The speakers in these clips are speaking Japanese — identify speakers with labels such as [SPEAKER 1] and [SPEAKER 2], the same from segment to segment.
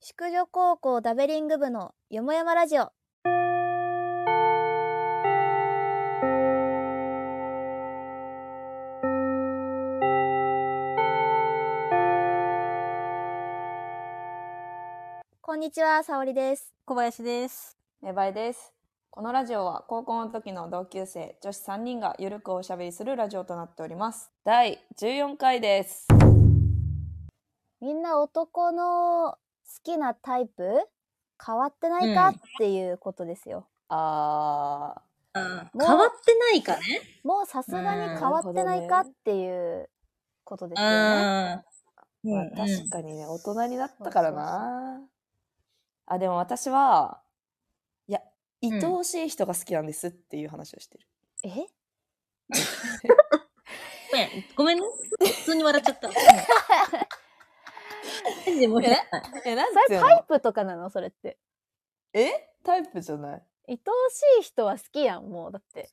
[SPEAKER 1] 宿女高校ダベリング部のよもやまラジオこんにちは、さおりです。
[SPEAKER 2] 小林です。
[SPEAKER 3] 芽生えです。このラジオは高校の時の同級生女子3人がゆるくおしゃべりするラジオとなっております。第14回です。
[SPEAKER 1] みんな男の好きなタイプ変わってないか、
[SPEAKER 2] うん
[SPEAKER 1] っていうことですよ。
[SPEAKER 3] あー、
[SPEAKER 2] あ
[SPEAKER 1] もう
[SPEAKER 2] 変わってないかね。
[SPEAKER 1] もうさすがに変わってないかっていうことですよね。
[SPEAKER 2] ああ。うん
[SPEAKER 3] まあ
[SPEAKER 2] うん
[SPEAKER 3] 確かにね、大人になったからな。あ、でも私は、いや、
[SPEAKER 2] ん
[SPEAKER 3] 愛おしい人が好きなんですっていう話をしてる。
[SPEAKER 1] え
[SPEAKER 2] ごめんごめんね。普通に笑っち ゃった。うんマジで申し訳ない
[SPEAKER 3] え、なん
[SPEAKER 1] そ
[SPEAKER 3] てい
[SPEAKER 1] れ
[SPEAKER 3] う
[SPEAKER 1] タイ
[SPEAKER 3] の
[SPEAKER 1] プとかなのそれって。
[SPEAKER 3] えタイプじゃない
[SPEAKER 1] 愛おしい人は好きやん、もう。だって。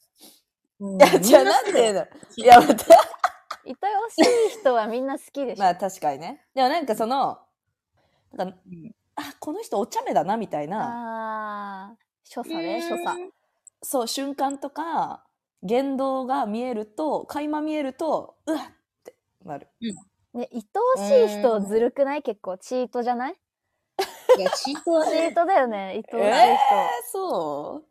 [SPEAKER 2] うん
[SPEAKER 3] いや、じゃあなんていうのいや、また。
[SPEAKER 1] 愛おしい人はみんな好きでしょ。
[SPEAKER 3] まあ確かにね。でもなんかその、なんか
[SPEAKER 2] うん
[SPEAKER 3] あ、この人お茶目だなみたいな。
[SPEAKER 1] ああー、所作ね、所作。
[SPEAKER 3] そう瞬間とか言動が見えると垣間見えるとうわっってなる
[SPEAKER 1] ね、愛おしい人ずるくない結構。チートじゃない
[SPEAKER 2] いや、チートは
[SPEAKER 1] チ
[SPEAKER 2] ね
[SPEAKER 1] ー、トだよね、愛おしい人。
[SPEAKER 3] えそ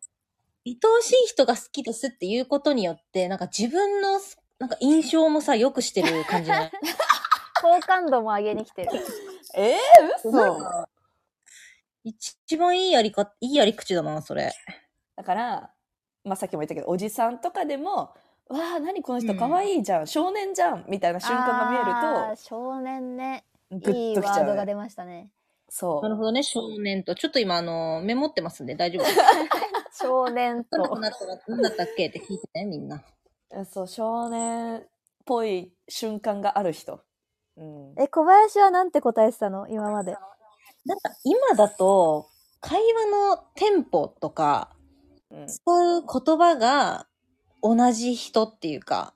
[SPEAKER 2] 愛おしい人が好きですっていうことによって、なんか自分の、なんか印象もさ、良くしてる感じ が。
[SPEAKER 1] 好感度も上げに来てる。
[SPEAKER 3] うえー、
[SPEAKER 2] なん
[SPEAKER 3] 嘘
[SPEAKER 2] か一番いいやりか、いいやり口だな、それ。
[SPEAKER 3] だから、まあ、さっきも言ったけどおじさんとかでも「わあ何この
[SPEAKER 2] う
[SPEAKER 3] 人
[SPEAKER 2] ん
[SPEAKER 3] かわいいじゃん、少年じゃん」みたいな瞬間が
[SPEAKER 1] あー少年ね。
[SPEAKER 3] 見えるとグ
[SPEAKER 1] い
[SPEAKER 3] ッ
[SPEAKER 1] い
[SPEAKER 3] と
[SPEAKER 1] ワ
[SPEAKER 3] きちゃ
[SPEAKER 1] ード
[SPEAKER 3] う、
[SPEAKER 1] が
[SPEAKER 3] ね、
[SPEAKER 1] 出ましたね。
[SPEAKER 3] そ
[SPEAKER 2] なる
[SPEAKER 3] う
[SPEAKER 2] ほどね、少年と。ちょっと今、あの、メモってますんで 大丈夫です。
[SPEAKER 1] 少年
[SPEAKER 2] なく
[SPEAKER 1] と。
[SPEAKER 2] なったら何だったっけって聞いてね、みんな。
[SPEAKER 3] えそう少年っぽい瞬間がある人、うん、
[SPEAKER 1] え、小林はなんて答えてたの今まで。
[SPEAKER 2] なんか今だと、会話のテンポとか、
[SPEAKER 3] うん
[SPEAKER 2] 使う言葉が同じ人っていうか、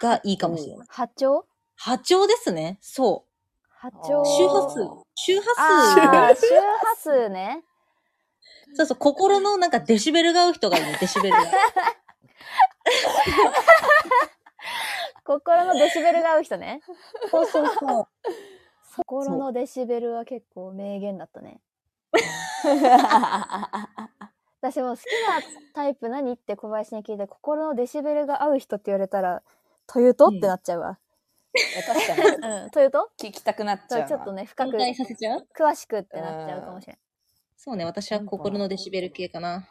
[SPEAKER 2] がいいかもしれない。
[SPEAKER 1] 波長
[SPEAKER 2] 波長ですね。そ
[SPEAKER 1] 波
[SPEAKER 2] う。
[SPEAKER 1] 長。
[SPEAKER 2] 周波数。周
[SPEAKER 1] あ
[SPEAKER 2] 波
[SPEAKER 1] あ、周波数ね。
[SPEAKER 2] 数。そうそう、心のなんかデシベルが合う人がいいね、デシベルが。
[SPEAKER 1] 心のデシベルが合う人ね。
[SPEAKER 2] そうそうそう。
[SPEAKER 1] 心のデシベルは結構名言だったね。私も好きなタイプ何って小林に聞いて、心のデシベルが合う人って言われたら、というとっ
[SPEAKER 2] うん
[SPEAKER 1] てなっちゃうわ。
[SPEAKER 3] 確かに
[SPEAKER 1] うん、というと
[SPEAKER 3] 聞きたくなっち
[SPEAKER 1] ちょ
[SPEAKER 3] ゃう
[SPEAKER 1] っと
[SPEAKER 3] な
[SPEAKER 1] ね、深
[SPEAKER 2] 考
[SPEAKER 1] く、
[SPEAKER 2] えさせちゃう
[SPEAKER 1] 詳しくってなっちゃうかもしれない。
[SPEAKER 2] そうね、私は心のデシベル系かな。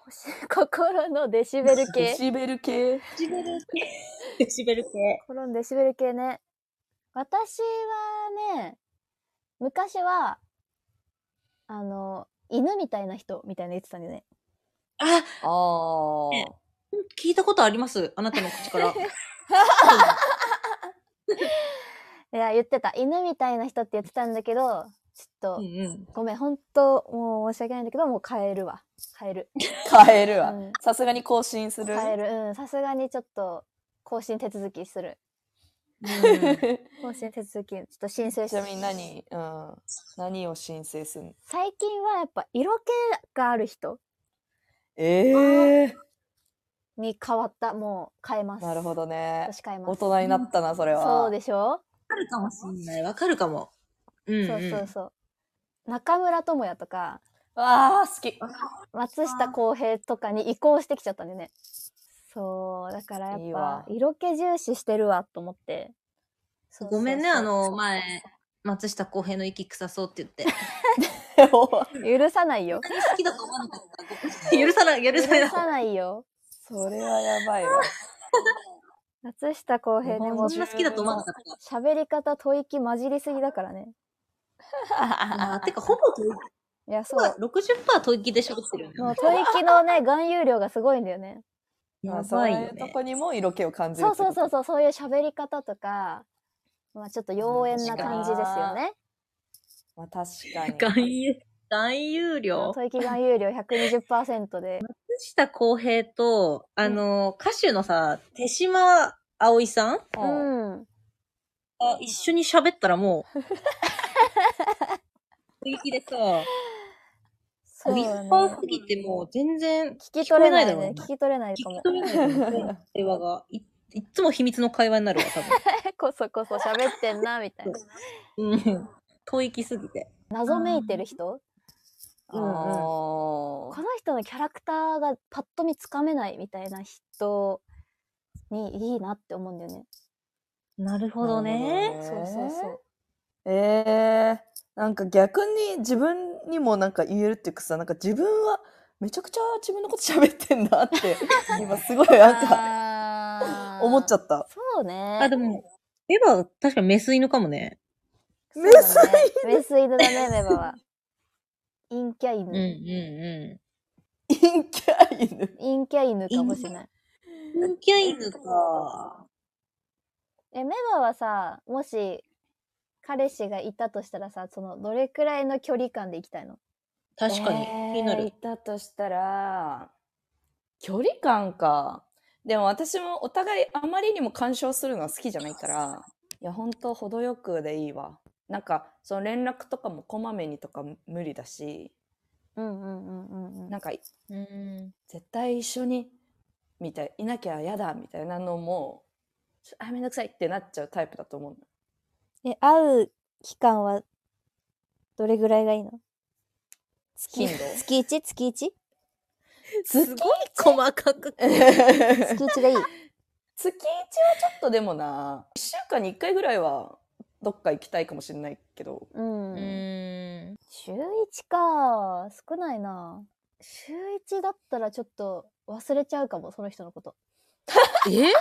[SPEAKER 1] 心のデシベル
[SPEAKER 3] デ
[SPEAKER 1] 系。
[SPEAKER 3] シベル系
[SPEAKER 2] デシベル系。デシベル系。
[SPEAKER 1] 心のデシベル系ね。私はね、昔は、あの、犬みたいな人みたいなの言ってたんだよね。
[SPEAKER 2] あ、
[SPEAKER 3] ああ
[SPEAKER 2] 聞いたことあります。あなたの口 から。
[SPEAKER 1] いや、言ってた。犬みたいな人って言ってたんだけど、ちょっと、
[SPEAKER 2] うんうん。
[SPEAKER 1] ごめん、本当もう申し訳ないんだけど、もう変えるわ。変える。
[SPEAKER 3] 変えるわ
[SPEAKER 1] うん
[SPEAKER 3] さすがに更新する
[SPEAKER 1] 変える。うん、さすがにちょっと、更新手続きする。更新手続き、ちょっと申請し
[SPEAKER 3] ちなみに何、うん、何を申請するの
[SPEAKER 1] 最近はやっぱ、色気がある人
[SPEAKER 3] ええ
[SPEAKER 1] に変わった。もう、変えます。
[SPEAKER 3] なるほどね
[SPEAKER 1] 私変えま
[SPEAKER 3] 大
[SPEAKER 1] す。
[SPEAKER 3] 人になったなそれは
[SPEAKER 1] そうでしょ、
[SPEAKER 2] わかるかもしんない。わかるかも。うん、うん。
[SPEAKER 1] そうそうそう。中村智也とか、
[SPEAKER 3] わあ好 き
[SPEAKER 1] 松下洸平とかに移行してきちゃったんでね。そう、だからや
[SPEAKER 3] いい
[SPEAKER 1] っぱ
[SPEAKER 3] わ、
[SPEAKER 1] 色気重視してるわと思って。そうそうそう
[SPEAKER 2] ごめんね、あ、の、前、松下洸平の息臭そうって言って。
[SPEAKER 1] 許さないよ。
[SPEAKER 2] 好きだと思わなかった。許さ ない、許
[SPEAKER 1] 許
[SPEAKER 2] さない。
[SPEAKER 1] さないよ。
[SPEAKER 3] それはやば いわ
[SPEAKER 1] 松下洸平ね、
[SPEAKER 3] 日
[SPEAKER 1] もう
[SPEAKER 3] 本
[SPEAKER 2] そんな好きだと思わなかっ
[SPEAKER 1] 喋り方、吐息混じりすぎだからね。
[SPEAKER 2] た。あーてか、ほぼ吐息
[SPEAKER 1] いや、そう。
[SPEAKER 2] 60%吐息で喋ってるよね。
[SPEAKER 1] もう吐息のね、含有量がすごいんだよね。
[SPEAKER 3] ま
[SPEAKER 2] や
[SPEAKER 3] あそう
[SPEAKER 2] ばいよ
[SPEAKER 3] いうと
[SPEAKER 2] ね。
[SPEAKER 3] こにも色気を感じる
[SPEAKER 1] そうそうそう
[SPEAKER 3] う
[SPEAKER 1] そう、そういう喋り方とか、まあちょっと妖艶な感じですよね。
[SPEAKER 3] まあ確かに
[SPEAKER 2] 含有、含有量。
[SPEAKER 1] 吐息含有量120%で。
[SPEAKER 2] 松下洸平と、あの、歌手のさ、手島葵さん
[SPEAKER 1] う
[SPEAKER 3] うん
[SPEAKER 1] ん。
[SPEAKER 2] が一緒に喋ったらもう、雰囲気でさ、ウ
[SPEAKER 1] そう
[SPEAKER 2] ィ
[SPEAKER 1] だ
[SPEAKER 2] ス
[SPEAKER 1] ね。
[SPEAKER 2] パーすぎてもう全然
[SPEAKER 1] 聞き取れない
[SPEAKER 2] 聞こえないだろう
[SPEAKER 1] ね。
[SPEAKER 2] な
[SPEAKER 1] 聞き取れない
[SPEAKER 2] 聞
[SPEAKER 1] かも
[SPEAKER 2] き。取れないよね会話が。いいっつも秘密の会話になるわ、
[SPEAKER 1] こそこそ喋ってんな、みたいな。
[SPEAKER 2] 多分。うん。遠いきすぎて。
[SPEAKER 1] 謎めいてる人
[SPEAKER 2] うんうん
[SPEAKER 3] あ
[SPEAKER 1] この人のキャラクターがパッと見つかめないみたいな人にいいなって思うんだよね。
[SPEAKER 2] なる
[SPEAKER 3] あ。
[SPEAKER 2] ほどね。
[SPEAKER 1] そうそうそう。
[SPEAKER 3] えー、なんか逆に自分にもなんか言えるっていうかさなんか自分はめちゃくちゃ自分のこと喋ってんなって 今すごいなんか
[SPEAKER 1] か
[SPEAKER 3] 思っちゃ
[SPEAKER 1] っ
[SPEAKER 3] った。
[SPEAKER 1] そうね。
[SPEAKER 2] あ、でも、エヴァ、確かメス犬かもね。
[SPEAKER 1] そうだね、メス犬だね、メバは。陰キャ
[SPEAKER 2] うんうん
[SPEAKER 1] 犬。
[SPEAKER 2] う
[SPEAKER 3] 陰キャ犬。
[SPEAKER 1] 陰キャ犬かもしれない。
[SPEAKER 2] ん。陰キャ犬か。
[SPEAKER 1] え、メバはさ、もし、彼氏がいたとしたらさ、その、どれくらいの距離感で行きたいの
[SPEAKER 2] 確かに。気にな
[SPEAKER 3] えーい
[SPEAKER 2] る。
[SPEAKER 3] たとしたら、距離感か。でも私もお互いあまりにも干渉するのは好きじゃないから、いや、ほんと程よくでいいわ。なんか、その連絡とかもこまめにとか無理だし、
[SPEAKER 1] うんうんうんうんうん。
[SPEAKER 3] なんか、
[SPEAKER 2] うん。
[SPEAKER 3] 絶対一緒に、みたい、いなきゃ嫌だ、みたいなのも、ちょあ、めんどくさいってなっちゃうタイプだと思うの。
[SPEAKER 1] え、会う期間は、どれぐらいがいいの
[SPEAKER 3] 月度
[SPEAKER 1] 月 1? 月 1?
[SPEAKER 2] すごい細かく。
[SPEAKER 3] 月
[SPEAKER 1] 月1がいい。
[SPEAKER 3] 月1はちょっとでもな、1週間に1回ぐらいは、どっか行きたいかもしれないけど、
[SPEAKER 1] うん。
[SPEAKER 2] うん。
[SPEAKER 1] 週1か。少ないな。週1だったらちょっと忘れちゃうかも、その人のこと。
[SPEAKER 2] え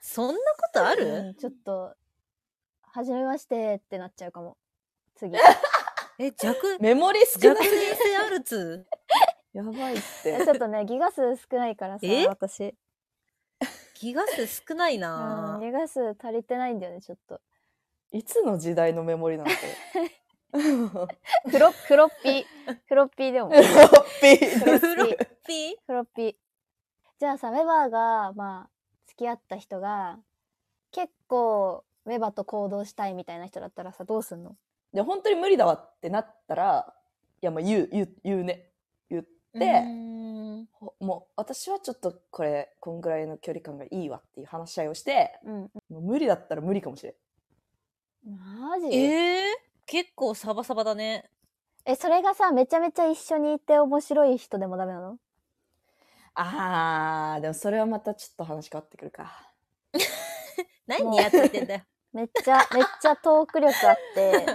[SPEAKER 2] そんなことあ
[SPEAKER 1] う
[SPEAKER 2] る
[SPEAKER 1] んちょっと、はじめましてってなっちゃうかも。 次。
[SPEAKER 2] え、弱、
[SPEAKER 3] メモリ少
[SPEAKER 2] 若
[SPEAKER 3] ない。
[SPEAKER 2] 年性あるつ
[SPEAKER 3] やばいっ
[SPEAKER 1] え
[SPEAKER 3] て
[SPEAKER 1] ち。ょっとね、ギガ数少ないからさ
[SPEAKER 2] え、
[SPEAKER 1] 私。
[SPEAKER 2] 気が数少ない
[SPEAKER 1] うん、
[SPEAKER 2] な
[SPEAKER 1] ギガ数足りてないんだよね、ちょっと。
[SPEAKER 3] いつの時代のメモリなんて。
[SPEAKER 1] フロフロッピー。 フロッピーでも。
[SPEAKER 3] フロ
[SPEAKER 1] フ
[SPEAKER 3] ッピー
[SPEAKER 1] ロッ
[SPEAKER 3] で
[SPEAKER 1] ピー。
[SPEAKER 2] ピー
[SPEAKER 1] フロッピー。じゃあさ、メバーが、まあ、付き合った人が、結構、メバと行動したいみたいな人だったらさ、どうすんの
[SPEAKER 3] で本当に無理だわってなったら、いや、もう言う、言う、言うね。言って、
[SPEAKER 2] うん
[SPEAKER 3] ほもう私はちょっとこれ、こんぐらいの距離感がいいわっていう話し合いをして、
[SPEAKER 1] うん。
[SPEAKER 3] もう無理だったら無理かもしれん。
[SPEAKER 1] マジえ
[SPEAKER 2] えー、結構サバサバだね。
[SPEAKER 1] それがさ、めちゃめちゃ一緒にいて面白い人でもダメなの
[SPEAKER 3] あー、でもそれはまたちょっと話変わってくるか。
[SPEAKER 2] 何にやっちゃって んだよ。
[SPEAKER 1] めっちゃ、めっちゃトーク力あって、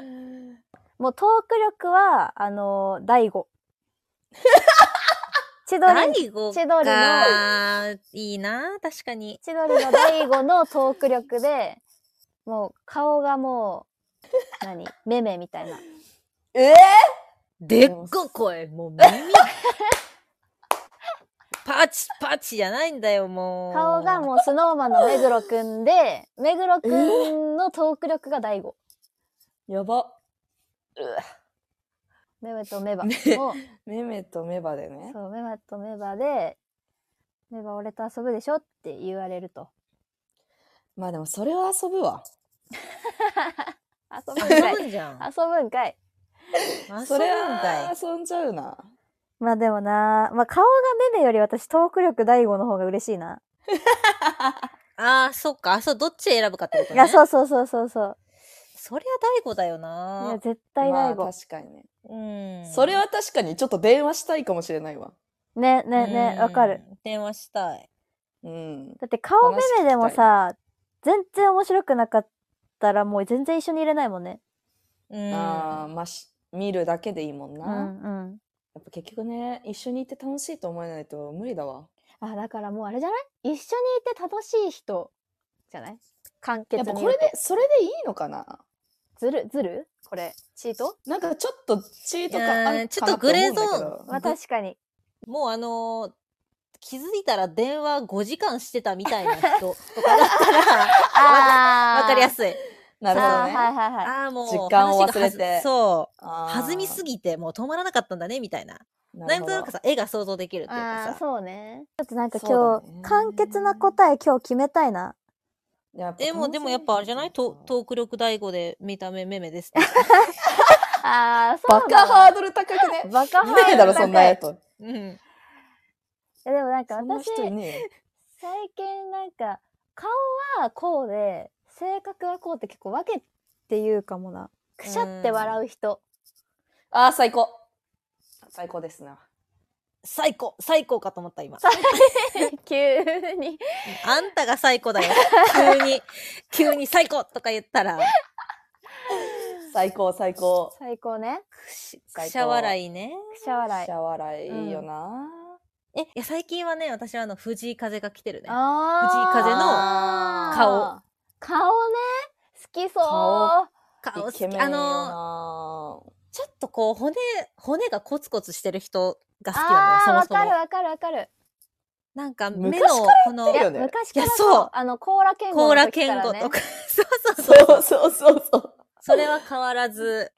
[SPEAKER 1] もうトーク力は、あのー、大 悟。千鳥、
[SPEAKER 2] 第5
[SPEAKER 1] 千鳥
[SPEAKER 2] か。いいな確かに。
[SPEAKER 1] 千鳥の大悟のトーク力で、もう顔がもう、何メメみたいな。
[SPEAKER 3] えー
[SPEAKER 2] でっこ声、もう耳。 パチパチじゃないんだよ、もう。
[SPEAKER 1] 顔がもうスノーマンの目黒くん で、目黒くんのトーク力が大悟。
[SPEAKER 3] やば。
[SPEAKER 1] メメとメバ
[SPEAKER 3] ね
[SPEAKER 1] の
[SPEAKER 3] めめとめばでね。
[SPEAKER 1] そう、メバとメバで、メバ俺と遊ぶでしょって言われると。
[SPEAKER 3] まあでもそれは遊ぶわ。
[SPEAKER 1] 遊ぶんかい
[SPEAKER 2] 遊。ぶんじゃん。
[SPEAKER 1] 遊ぶんかい。
[SPEAKER 2] 遊ぶ
[SPEAKER 3] そ
[SPEAKER 2] ん
[SPEAKER 3] れ
[SPEAKER 2] だ。
[SPEAKER 3] はい遊んじゃうな。
[SPEAKER 1] まあでもな、まあ顔がメメより私トーク力大悟の方が嬉しいな。
[SPEAKER 2] ああ、そっか。あ、そう、どっち選ぶかってこと
[SPEAKER 1] い
[SPEAKER 2] ね。
[SPEAKER 1] や、そうそうそうそうそう。
[SPEAKER 2] そりゃ大悟だよない
[SPEAKER 1] や、絶対
[SPEAKER 3] ま
[SPEAKER 1] 大
[SPEAKER 3] あ
[SPEAKER 1] 悟。
[SPEAKER 3] 確かにね。
[SPEAKER 2] うん。
[SPEAKER 3] それは確かにちょっと電話したいかもしれないわ。
[SPEAKER 1] ね、ね、ね、わかる。
[SPEAKER 2] うん。電話したい。
[SPEAKER 3] うん。
[SPEAKER 1] だって顔メメでもさ、全然面白くなかったらもう全然一緒にいれないもんね。
[SPEAKER 2] うん。
[SPEAKER 3] ああ、まあし、見るだけでいいもんな。
[SPEAKER 1] う
[SPEAKER 3] や
[SPEAKER 1] んうん。
[SPEAKER 3] っぱ結局ね、一緒にいて楽しいと思えないと無理だわ。
[SPEAKER 1] あ、だからもうあれじゃない一緒にいて楽しい人じゃない簡潔
[SPEAKER 3] や
[SPEAKER 1] に
[SPEAKER 3] っぱ
[SPEAKER 1] 言うと
[SPEAKER 3] これで、それでいいのかな
[SPEAKER 1] ずる、ずるこれ。チート
[SPEAKER 3] なんかちょっとチート
[SPEAKER 2] いやー
[SPEAKER 3] 感ある
[SPEAKER 2] ち
[SPEAKER 3] か
[SPEAKER 2] ょっ
[SPEAKER 3] な
[SPEAKER 2] と
[SPEAKER 3] って思
[SPEAKER 2] グ
[SPEAKER 3] う
[SPEAKER 2] レ
[SPEAKER 3] ん
[SPEAKER 2] ー
[SPEAKER 3] だ
[SPEAKER 2] ゾーン
[SPEAKER 3] けど。
[SPEAKER 1] まあ確かに。
[SPEAKER 2] もうあのー気づいたら電話5時間してたみたいな人とかだった ら、
[SPEAKER 1] あ
[SPEAKER 2] わかりや
[SPEAKER 1] い。
[SPEAKER 2] すい。
[SPEAKER 3] なるほど
[SPEAKER 1] あーは
[SPEAKER 3] ね。
[SPEAKER 1] いはいはい。
[SPEAKER 2] ああ、もう。
[SPEAKER 3] 時間を忘れて
[SPEAKER 2] 話が弾そう。
[SPEAKER 3] あー
[SPEAKER 2] 弾みすぎて、もう止まらなかったんだね、みたいな。
[SPEAKER 3] な
[SPEAKER 2] な
[SPEAKER 3] る
[SPEAKER 2] ん
[SPEAKER 3] ほ
[SPEAKER 2] と
[SPEAKER 3] ど
[SPEAKER 2] なくさ、絵が想像できるっていう
[SPEAKER 1] あ
[SPEAKER 2] か
[SPEAKER 1] あ、
[SPEAKER 2] さ。
[SPEAKER 1] そうね。ちょっとなんか
[SPEAKER 3] そう
[SPEAKER 1] 今
[SPEAKER 3] だ
[SPEAKER 1] 日、
[SPEAKER 3] ね
[SPEAKER 1] 簡潔な答え今日決めたいな。
[SPEAKER 3] やっぱ
[SPEAKER 2] でも、でもやっぱあれじゃないト
[SPEAKER 3] 楽し
[SPEAKER 2] トーク力第五で見た目メメですって。
[SPEAKER 1] ああ、そ
[SPEAKER 3] バ
[SPEAKER 1] う
[SPEAKER 3] カ
[SPEAKER 1] だ
[SPEAKER 3] ハ
[SPEAKER 1] わ
[SPEAKER 3] ードル高くね。
[SPEAKER 1] バカハ
[SPEAKER 3] い
[SPEAKER 1] ードル
[SPEAKER 3] ねえだろ、そんなやつ。
[SPEAKER 2] うん。
[SPEAKER 1] いやでもなんか
[SPEAKER 3] そんな
[SPEAKER 1] 私、
[SPEAKER 3] 人いねえよ。
[SPEAKER 1] 最近なんか、顔はこうで、性格はこうって結構分けて言うかもな。くしゃって笑う人。
[SPEAKER 3] ああ、最高。最高ですな。
[SPEAKER 2] 最高、最高かと思った、今。
[SPEAKER 1] 急に。
[SPEAKER 2] あんたが最高だ よ。急に、急に最高とか言ったら、
[SPEAKER 3] 最高、最高。
[SPEAKER 1] 最高ね。
[SPEAKER 2] くし
[SPEAKER 3] 最高
[SPEAKER 2] くしゃ笑いね。
[SPEAKER 1] くしゃ笑い。
[SPEAKER 3] シャワラいいよな。
[SPEAKER 2] え、いや最近はね、私はあの、藤井風が来てるね。
[SPEAKER 1] あー
[SPEAKER 2] 藤井風の
[SPEAKER 1] あー顔ね。好きそう
[SPEAKER 3] 顔。
[SPEAKER 2] 顔好
[SPEAKER 3] イケメ
[SPEAKER 2] き。
[SPEAKER 3] ンよ
[SPEAKER 2] あの、
[SPEAKER 3] な。
[SPEAKER 2] ちょっとこう、骨、骨がコツコツしてる人が好き
[SPEAKER 1] あ
[SPEAKER 2] な
[SPEAKER 1] あー、
[SPEAKER 2] のよ、
[SPEAKER 1] わ
[SPEAKER 2] そも
[SPEAKER 1] か
[SPEAKER 2] そ
[SPEAKER 1] る
[SPEAKER 2] も。
[SPEAKER 1] わかるわかる。
[SPEAKER 2] なんか、目
[SPEAKER 3] 昔
[SPEAKER 2] の
[SPEAKER 3] か、
[SPEAKER 2] この
[SPEAKER 3] い、や
[SPEAKER 1] い
[SPEAKER 3] よ
[SPEAKER 1] や、
[SPEAKER 3] ね
[SPEAKER 1] 昔から
[SPEAKER 2] いや
[SPEAKER 1] そう
[SPEAKER 2] そう
[SPEAKER 1] あの、コーラ健
[SPEAKER 2] コ
[SPEAKER 1] 吾
[SPEAKER 2] ー
[SPEAKER 1] の
[SPEAKER 2] ラ
[SPEAKER 1] 時か
[SPEAKER 2] 健
[SPEAKER 1] ら、
[SPEAKER 2] 吾
[SPEAKER 1] ね。
[SPEAKER 2] とか、そうそうそう。
[SPEAKER 3] そうそうそうそう。
[SPEAKER 2] それは変わらず、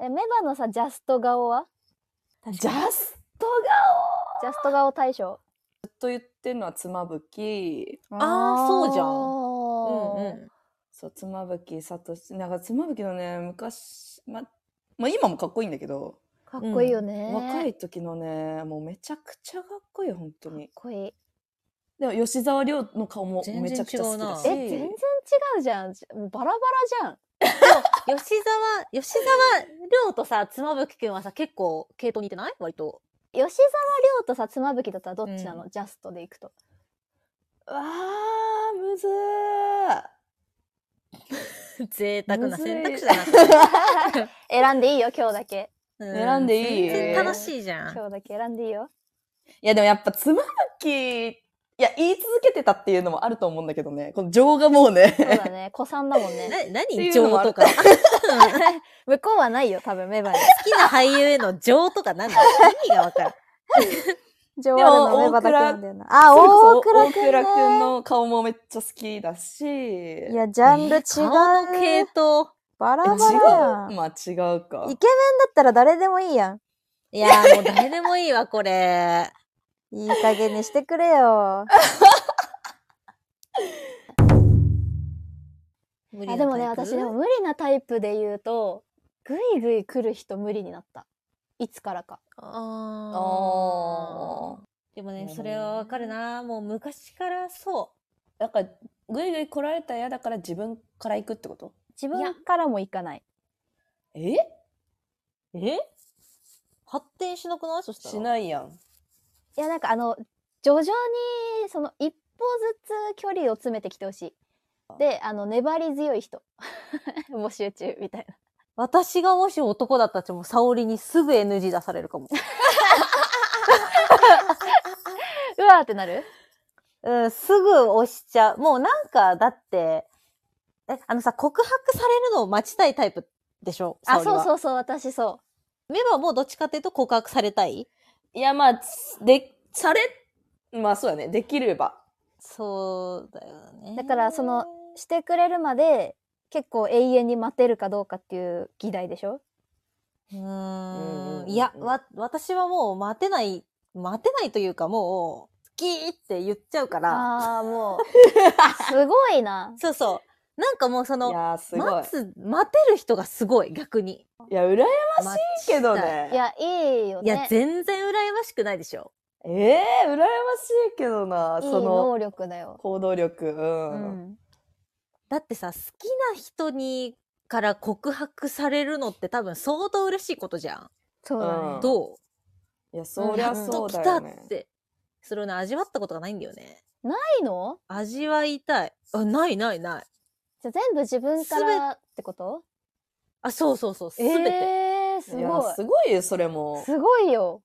[SPEAKER 1] え、メバのさ、ジャスト顔は
[SPEAKER 3] ジャス
[SPEAKER 1] ト顔ジャスト顔大賞。
[SPEAKER 3] と言ってんのは妻夫木。
[SPEAKER 1] あ
[SPEAKER 2] ーそうじゃん
[SPEAKER 1] ん
[SPEAKER 2] うんうん
[SPEAKER 3] そう、妻夫木聡。なんか妻夫木のね、昔、ま、まあ今もかっこいいんだけど、
[SPEAKER 1] かっこいいよね。
[SPEAKER 3] 若
[SPEAKER 1] かっ
[SPEAKER 3] い時のね、もうめちゃくちゃかっこいい、本当に。
[SPEAKER 1] こいい。
[SPEAKER 3] でも吉沢亮の顔も
[SPEAKER 2] 全然
[SPEAKER 3] めちゃくちゃ好きだし。
[SPEAKER 1] え、全然違うじゃん。じもうバラバラじゃん。
[SPEAKER 2] 吉沢、吉沢亮とさ、妻夫木くんはさ、結構系統似てない割と。
[SPEAKER 1] 吉沢亮とさ、妻夫木だったらどっちなの、ジャストでいくと。
[SPEAKER 3] うわー、むずー。
[SPEAKER 2] 贅沢な選択肢だな。
[SPEAKER 1] 選んでいいよ、今日だけ。
[SPEAKER 2] う
[SPEAKER 3] 選んでいい
[SPEAKER 2] 全然楽しいじゃん。
[SPEAKER 1] 今日だけ選んでいいよ。
[SPEAKER 3] いや、でもやっぱ妻夫木、いや、言い続けてたっていうのもあると思うんだけどね、この情がもう
[SPEAKER 1] そう
[SPEAKER 3] ね、
[SPEAKER 1] だね。子さんだもんね。
[SPEAKER 2] な、
[SPEAKER 3] てい
[SPEAKER 2] 何
[SPEAKER 3] うのも
[SPEAKER 2] 情
[SPEAKER 3] ある
[SPEAKER 2] とか。好
[SPEAKER 1] 向こうはないよ、多分、メ バに。
[SPEAKER 2] きな俳優への情とかなんだ意味がわからん。
[SPEAKER 1] 上腕のメバだけなんだよな。あ、
[SPEAKER 3] そ
[SPEAKER 1] 大
[SPEAKER 3] れこそ
[SPEAKER 1] 倉くん、ね。
[SPEAKER 3] 大倉くんの顔もめっちゃ好きだし。
[SPEAKER 1] いや、ジャンル違
[SPEAKER 2] 顔の系
[SPEAKER 1] う。
[SPEAKER 2] 統。
[SPEAKER 1] バラ
[SPEAKER 3] 違う
[SPEAKER 1] バラやん。イケメンだ
[SPEAKER 3] まあ違うか。
[SPEAKER 1] ったら誰でもいいやん。
[SPEAKER 2] いやーもう誰でもいいわ、これ。
[SPEAKER 1] いい加減にしてくれ よ。
[SPEAKER 2] 無
[SPEAKER 1] あ
[SPEAKER 2] な
[SPEAKER 1] でもね、
[SPEAKER 2] タイプ
[SPEAKER 1] 私でも無理なタイプで言うと、ぐいぐい来る人無理になった。いつからか。
[SPEAKER 2] あー。
[SPEAKER 3] ああ。
[SPEAKER 2] でも
[SPEAKER 3] なる
[SPEAKER 2] ね、
[SPEAKER 3] ほどね
[SPEAKER 2] それはわかるな。もう昔からそ
[SPEAKER 3] だから、ぐいぐい来られたら嫌だから自分から行くってこと
[SPEAKER 1] 自分からも行かない。
[SPEAKER 3] え
[SPEAKER 2] う。え発展しなくないそしたら。
[SPEAKER 3] しないやん。
[SPEAKER 1] いや、なんかあの、徐々に、その、一歩ずつ距離を詰めてきてほしい。で、あの、粘り強い人。 募集中、みたいな。
[SPEAKER 2] 私がもし男だったら、もう沙織にすぐ NG 出されるかも。
[SPEAKER 1] うわーってなる
[SPEAKER 2] うん、すぐ押しちゃう。もうなんか、だって、え、あのさ、告白されるのを待ちたいタイプでしょ
[SPEAKER 1] あ、そう
[SPEAKER 2] う。
[SPEAKER 1] そうそう、私そ
[SPEAKER 2] メバはもうどっちかっていうと告白されたい
[SPEAKER 3] いや、まあ、つで、され、まあそうだね。できれば。
[SPEAKER 2] そうだよね。
[SPEAKER 1] だからその、う。してくれるまで、結構永遠に待てるかどうかっていう議題でしょ
[SPEAKER 2] う
[SPEAKER 3] うんうんう
[SPEAKER 2] ー
[SPEAKER 3] ん
[SPEAKER 2] ん。いや、わ、私はもう待てない、待てないというかもう、好きって言っちゃうから、
[SPEAKER 1] ああ、もう、すごいな。
[SPEAKER 2] そうそう。なんかもうそ
[SPEAKER 3] い
[SPEAKER 2] の、
[SPEAKER 3] やー、すごい。
[SPEAKER 2] 待つ、待てる人がすごい、逆に。
[SPEAKER 3] いや、羨まし
[SPEAKER 2] 待
[SPEAKER 3] いけど
[SPEAKER 2] ちたい。
[SPEAKER 3] ね。
[SPEAKER 1] いや、いいよ
[SPEAKER 2] いや
[SPEAKER 1] ね、。
[SPEAKER 2] 全然羨ましくないでしょ。
[SPEAKER 3] ええー、羨ましいけどな。
[SPEAKER 1] いい
[SPEAKER 3] その
[SPEAKER 1] 能力だよ。
[SPEAKER 3] 行動力。うん。
[SPEAKER 1] うん。
[SPEAKER 2] だってさ、好きな人に、から告白されるのって多分相当嬉しいことじゃん。
[SPEAKER 1] そうだね。
[SPEAKER 3] うん
[SPEAKER 2] どう
[SPEAKER 3] いや、そりゃそうだ
[SPEAKER 2] や
[SPEAKER 3] よ
[SPEAKER 2] っと来
[SPEAKER 3] ね
[SPEAKER 2] たっ。て。それをね、味わったことがないんだよね。
[SPEAKER 1] ないの
[SPEAKER 2] 味わいたい。あ、ないないない。
[SPEAKER 1] じゃあ全部自分からってこと
[SPEAKER 2] あ、そうそうそう、すべて。
[SPEAKER 1] えー、す
[SPEAKER 3] いや
[SPEAKER 1] ご、い。
[SPEAKER 3] すごいよ、それも。
[SPEAKER 1] すごいよ。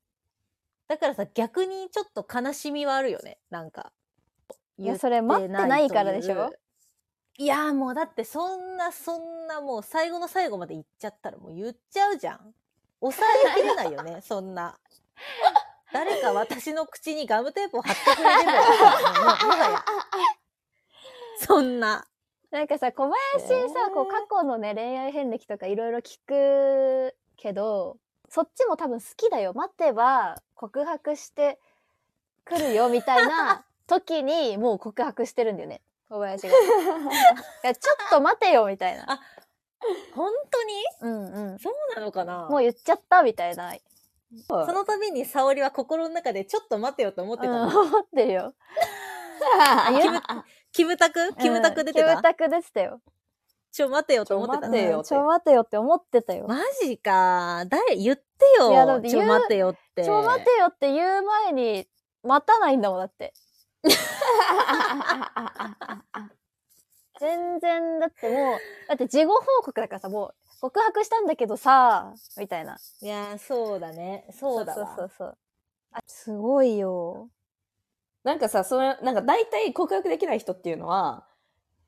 [SPEAKER 2] だからさ、逆にちょっと悲しみはあるよね。なんか。
[SPEAKER 1] いや、それ待ってないからでし
[SPEAKER 2] 言っ
[SPEAKER 1] ょ
[SPEAKER 2] てないといういやーもうだってそんなそんなもう最後の最後まで言っちゃったらもう言っちゃうじゃん。抑えきれないよ ね、そんな。誰か私の口にガムテープを貼ってくれればいいからねもうもはや。そんな。
[SPEAKER 1] なんかさ、小林さ、こう過去のね、恋愛遍歴とかいろいろ聞くけど、そっちも多分好きだよ。待てば告白してくるよみたい な時にもう告白してるんだよね。小林が。いやちょっと待てよみたいな。
[SPEAKER 2] あ本当に
[SPEAKER 1] うんうん。
[SPEAKER 2] そうなのかな
[SPEAKER 1] もう言っちゃったみたいな。
[SPEAKER 2] その度に沙織は心の中でちょっと待てよと思ってた
[SPEAKER 1] うん
[SPEAKER 2] の。
[SPEAKER 1] 思ってる よ。あ、言うあ
[SPEAKER 2] キムタクキムタク出て
[SPEAKER 1] キ
[SPEAKER 2] た、
[SPEAKER 1] ムタク出てたよ。
[SPEAKER 2] ちょ待てよと思って
[SPEAKER 3] ち
[SPEAKER 2] た
[SPEAKER 3] ょ待てよ
[SPEAKER 1] うんちょ待てよって思ってたよ。
[SPEAKER 2] マジか。誰、言って
[SPEAKER 1] いやだっ
[SPEAKER 2] よ。
[SPEAKER 1] て
[SPEAKER 2] ちょ
[SPEAKER 1] 言う
[SPEAKER 2] 待てよって。
[SPEAKER 1] ちょ待てよって言う前に待たないんだもんだって。全然だってもうだって事後報告だからさもう告白したんだけどさみたいない
[SPEAKER 2] やー、そうだね。そうだわ。
[SPEAKER 1] そうそうそうあすごいよ
[SPEAKER 3] なんかさ、それ、なんか大体告白できない人っていうのは、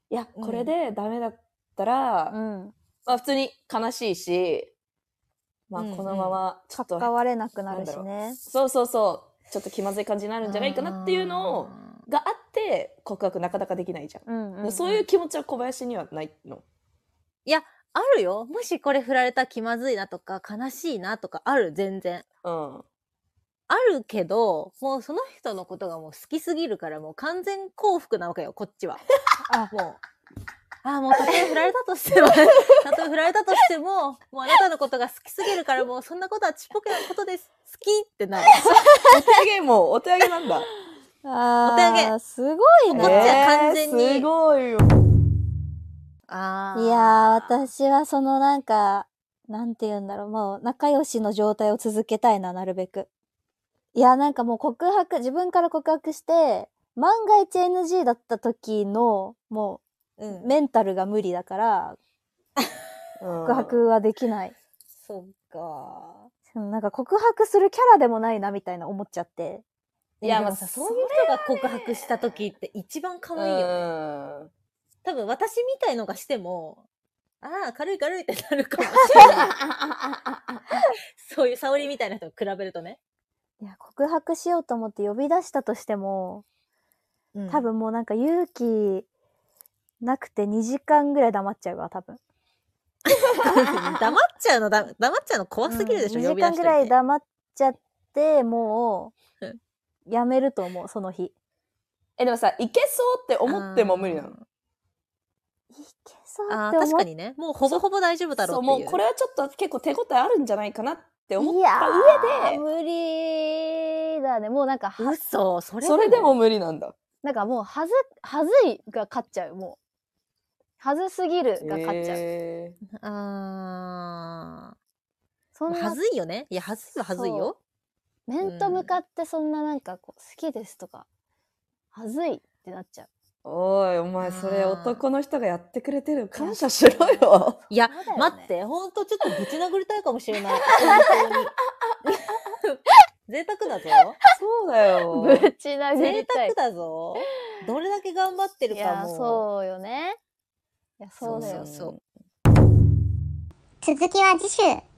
[SPEAKER 3] いや、
[SPEAKER 2] うん
[SPEAKER 3] これでダメだったら、
[SPEAKER 1] うん
[SPEAKER 3] まあ普通に悲しいし、まあ
[SPEAKER 2] うんうん
[SPEAKER 3] このまま、ちょっと、
[SPEAKER 1] 関われなくなるしね
[SPEAKER 3] そうそうそう、ちょっと気まずい感じになるんじゃないかなっていうのを、があって、告白なかなかできないじゃん。
[SPEAKER 1] うんうん、
[SPEAKER 3] そういう気持ちは小林にはないの。
[SPEAKER 2] あるよ。もしこれ振られたら気まずいなとか、悲しいなとか、ある、全然。
[SPEAKER 3] うん。
[SPEAKER 2] あるけど、もうその人のことがもう好きすぎるから、もう完全幸福なわけよ、こっちは。
[SPEAKER 1] あ
[SPEAKER 2] もう。ああ、もうたとえ振られたとしても、 たとえ振られたとしても、もうあなたのことが好きすぎるから、もうそんなことはちっぽけなことです。好きってなる。
[SPEAKER 3] お手上げもう、お手上げなんだ。
[SPEAKER 1] あ
[SPEAKER 2] お手上
[SPEAKER 1] ー
[SPEAKER 2] げ
[SPEAKER 1] すごい
[SPEAKER 2] こっち
[SPEAKER 1] ね、
[SPEAKER 2] は完全に
[SPEAKER 3] えーすごいよ。
[SPEAKER 2] あ
[SPEAKER 1] いやー私はそのなんかなんて言うんだろうもう仲良しの状態を続けたいななるべくいやなんかもう告白自分から告白して万が一 NG だった時のもう
[SPEAKER 2] うん。
[SPEAKER 1] メンタルが無理だから告
[SPEAKER 3] 告
[SPEAKER 1] 白はできない、
[SPEAKER 2] そっか。
[SPEAKER 1] そのなんか告白するキャラでもないなみたいな思っちゃって
[SPEAKER 2] い
[SPEAKER 3] い
[SPEAKER 2] や、
[SPEAKER 3] や
[SPEAKER 2] ま
[SPEAKER 3] ま
[SPEAKER 2] あ
[SPEAKER 3] あ
[SPEAKER 2] さ、そういう人が告白した時って一番可愛いよね。
[SPEAKER 3] よ。
[SPEAKER 2] 多分私みたいのがしても、ああ、軽い軽いってなるかもし れない。そういう沙織みたいな人と比べるとね。
[SPEAKER 1] いや告白しようと思って呼び出したとしても多分もうなんか勇気なくて2時間ぐらい黙っちゃうわ多分
[SPEAKER 2] 黙っちゃうのだ、黙っちゃうの怖すぎるでしょ、
[SPEAKER 1] うん2
[SPEAKER 2] 呼
[SPEAKER 1] 時
[SPEAKER 2] び出
[SPEAKER 1] 間ぐ
[SPEAKER 2] しといて
[SPEAKER 1] らい黙っちゃってもう
[SPEAKER 2] うん
[SPEAKER 1] やめると思うその日
[SPEAKER 3] え、でもさ、いけそうって思っても無理なの。
[SPEAKER 1] いけそう
[SPEAKER 2] ああ、
[SPEAKER 1] って
[SPEAKER 2] 確
[SPEAKER 1] 思っ
[SPEAKER 2] かにね。もうほぼほぼ大丈夫だろ
[SPEAKER 3] そうう、
[SPEAKER 2] っていう。
[SPEAKER 3] もうこれはちょっと結構手応えあるんじゃないかなって思
[SPEAKER 1] い
[SPEAKER 3] っ
[SPEAKER 1] や
[SPEAKER 3] た
[SPEAKER 1] ー
[SPEAKER 3] 上
[SPEAKER 1] 無理だねもうなんかは
[SPEAKER 2] 嘘、それ
[SPEAKER 3] で、それでも無理なんだ。
[SPEAKER 1] なんかもう、はず、はずいが勝っちゃう、もう。はずすぎるが勝っちゃう。
[SPEAKER 3] へー
[SPEAKER 2] あ
[SPEAKER 1] そ
[SPEAKER 2] あ。
[SPEAKER 1] ん
[SPEAKER 2] は
[SPEAKER 1] な、
[SPEAKER 2] ずいよね。いや、はずいははずいよ。
[SPEAKER 1] 面と向かってそんななんかこう、好きですとか、はずいってなっちゃう。
[SPEAKER 3] おい、お前、それ
[SPEAKER 2] あー
[SPEAKER 3] 男の人がやってくれてる。感謝しろよ。
[SPEAKER 2] いや、
[SPEAKER 1] そうだよね
[SPEAKER 2] 待って、ほんとちょっとぶち殴りたいかもしれない。本当に 贅沢だぞ。
[SPEAKER 3] そうだよ。
[SPEAKER 1] ぶち殴
[SPEAKER 2] 贅
[SPEAKER 1] りたい。
[SPEAKER 2] 沢だぞ。どれだけ頑張ってる
[SPEAKER 1] い
[SPEAKER 2] か
[SPEAKER 1] や、
[SPEAKER 2] も。
[SPEAKER 1] そうよね。いや、そうだよ。
[SPEAKER 2] そう
[SPEAKER 4] 続きは次週。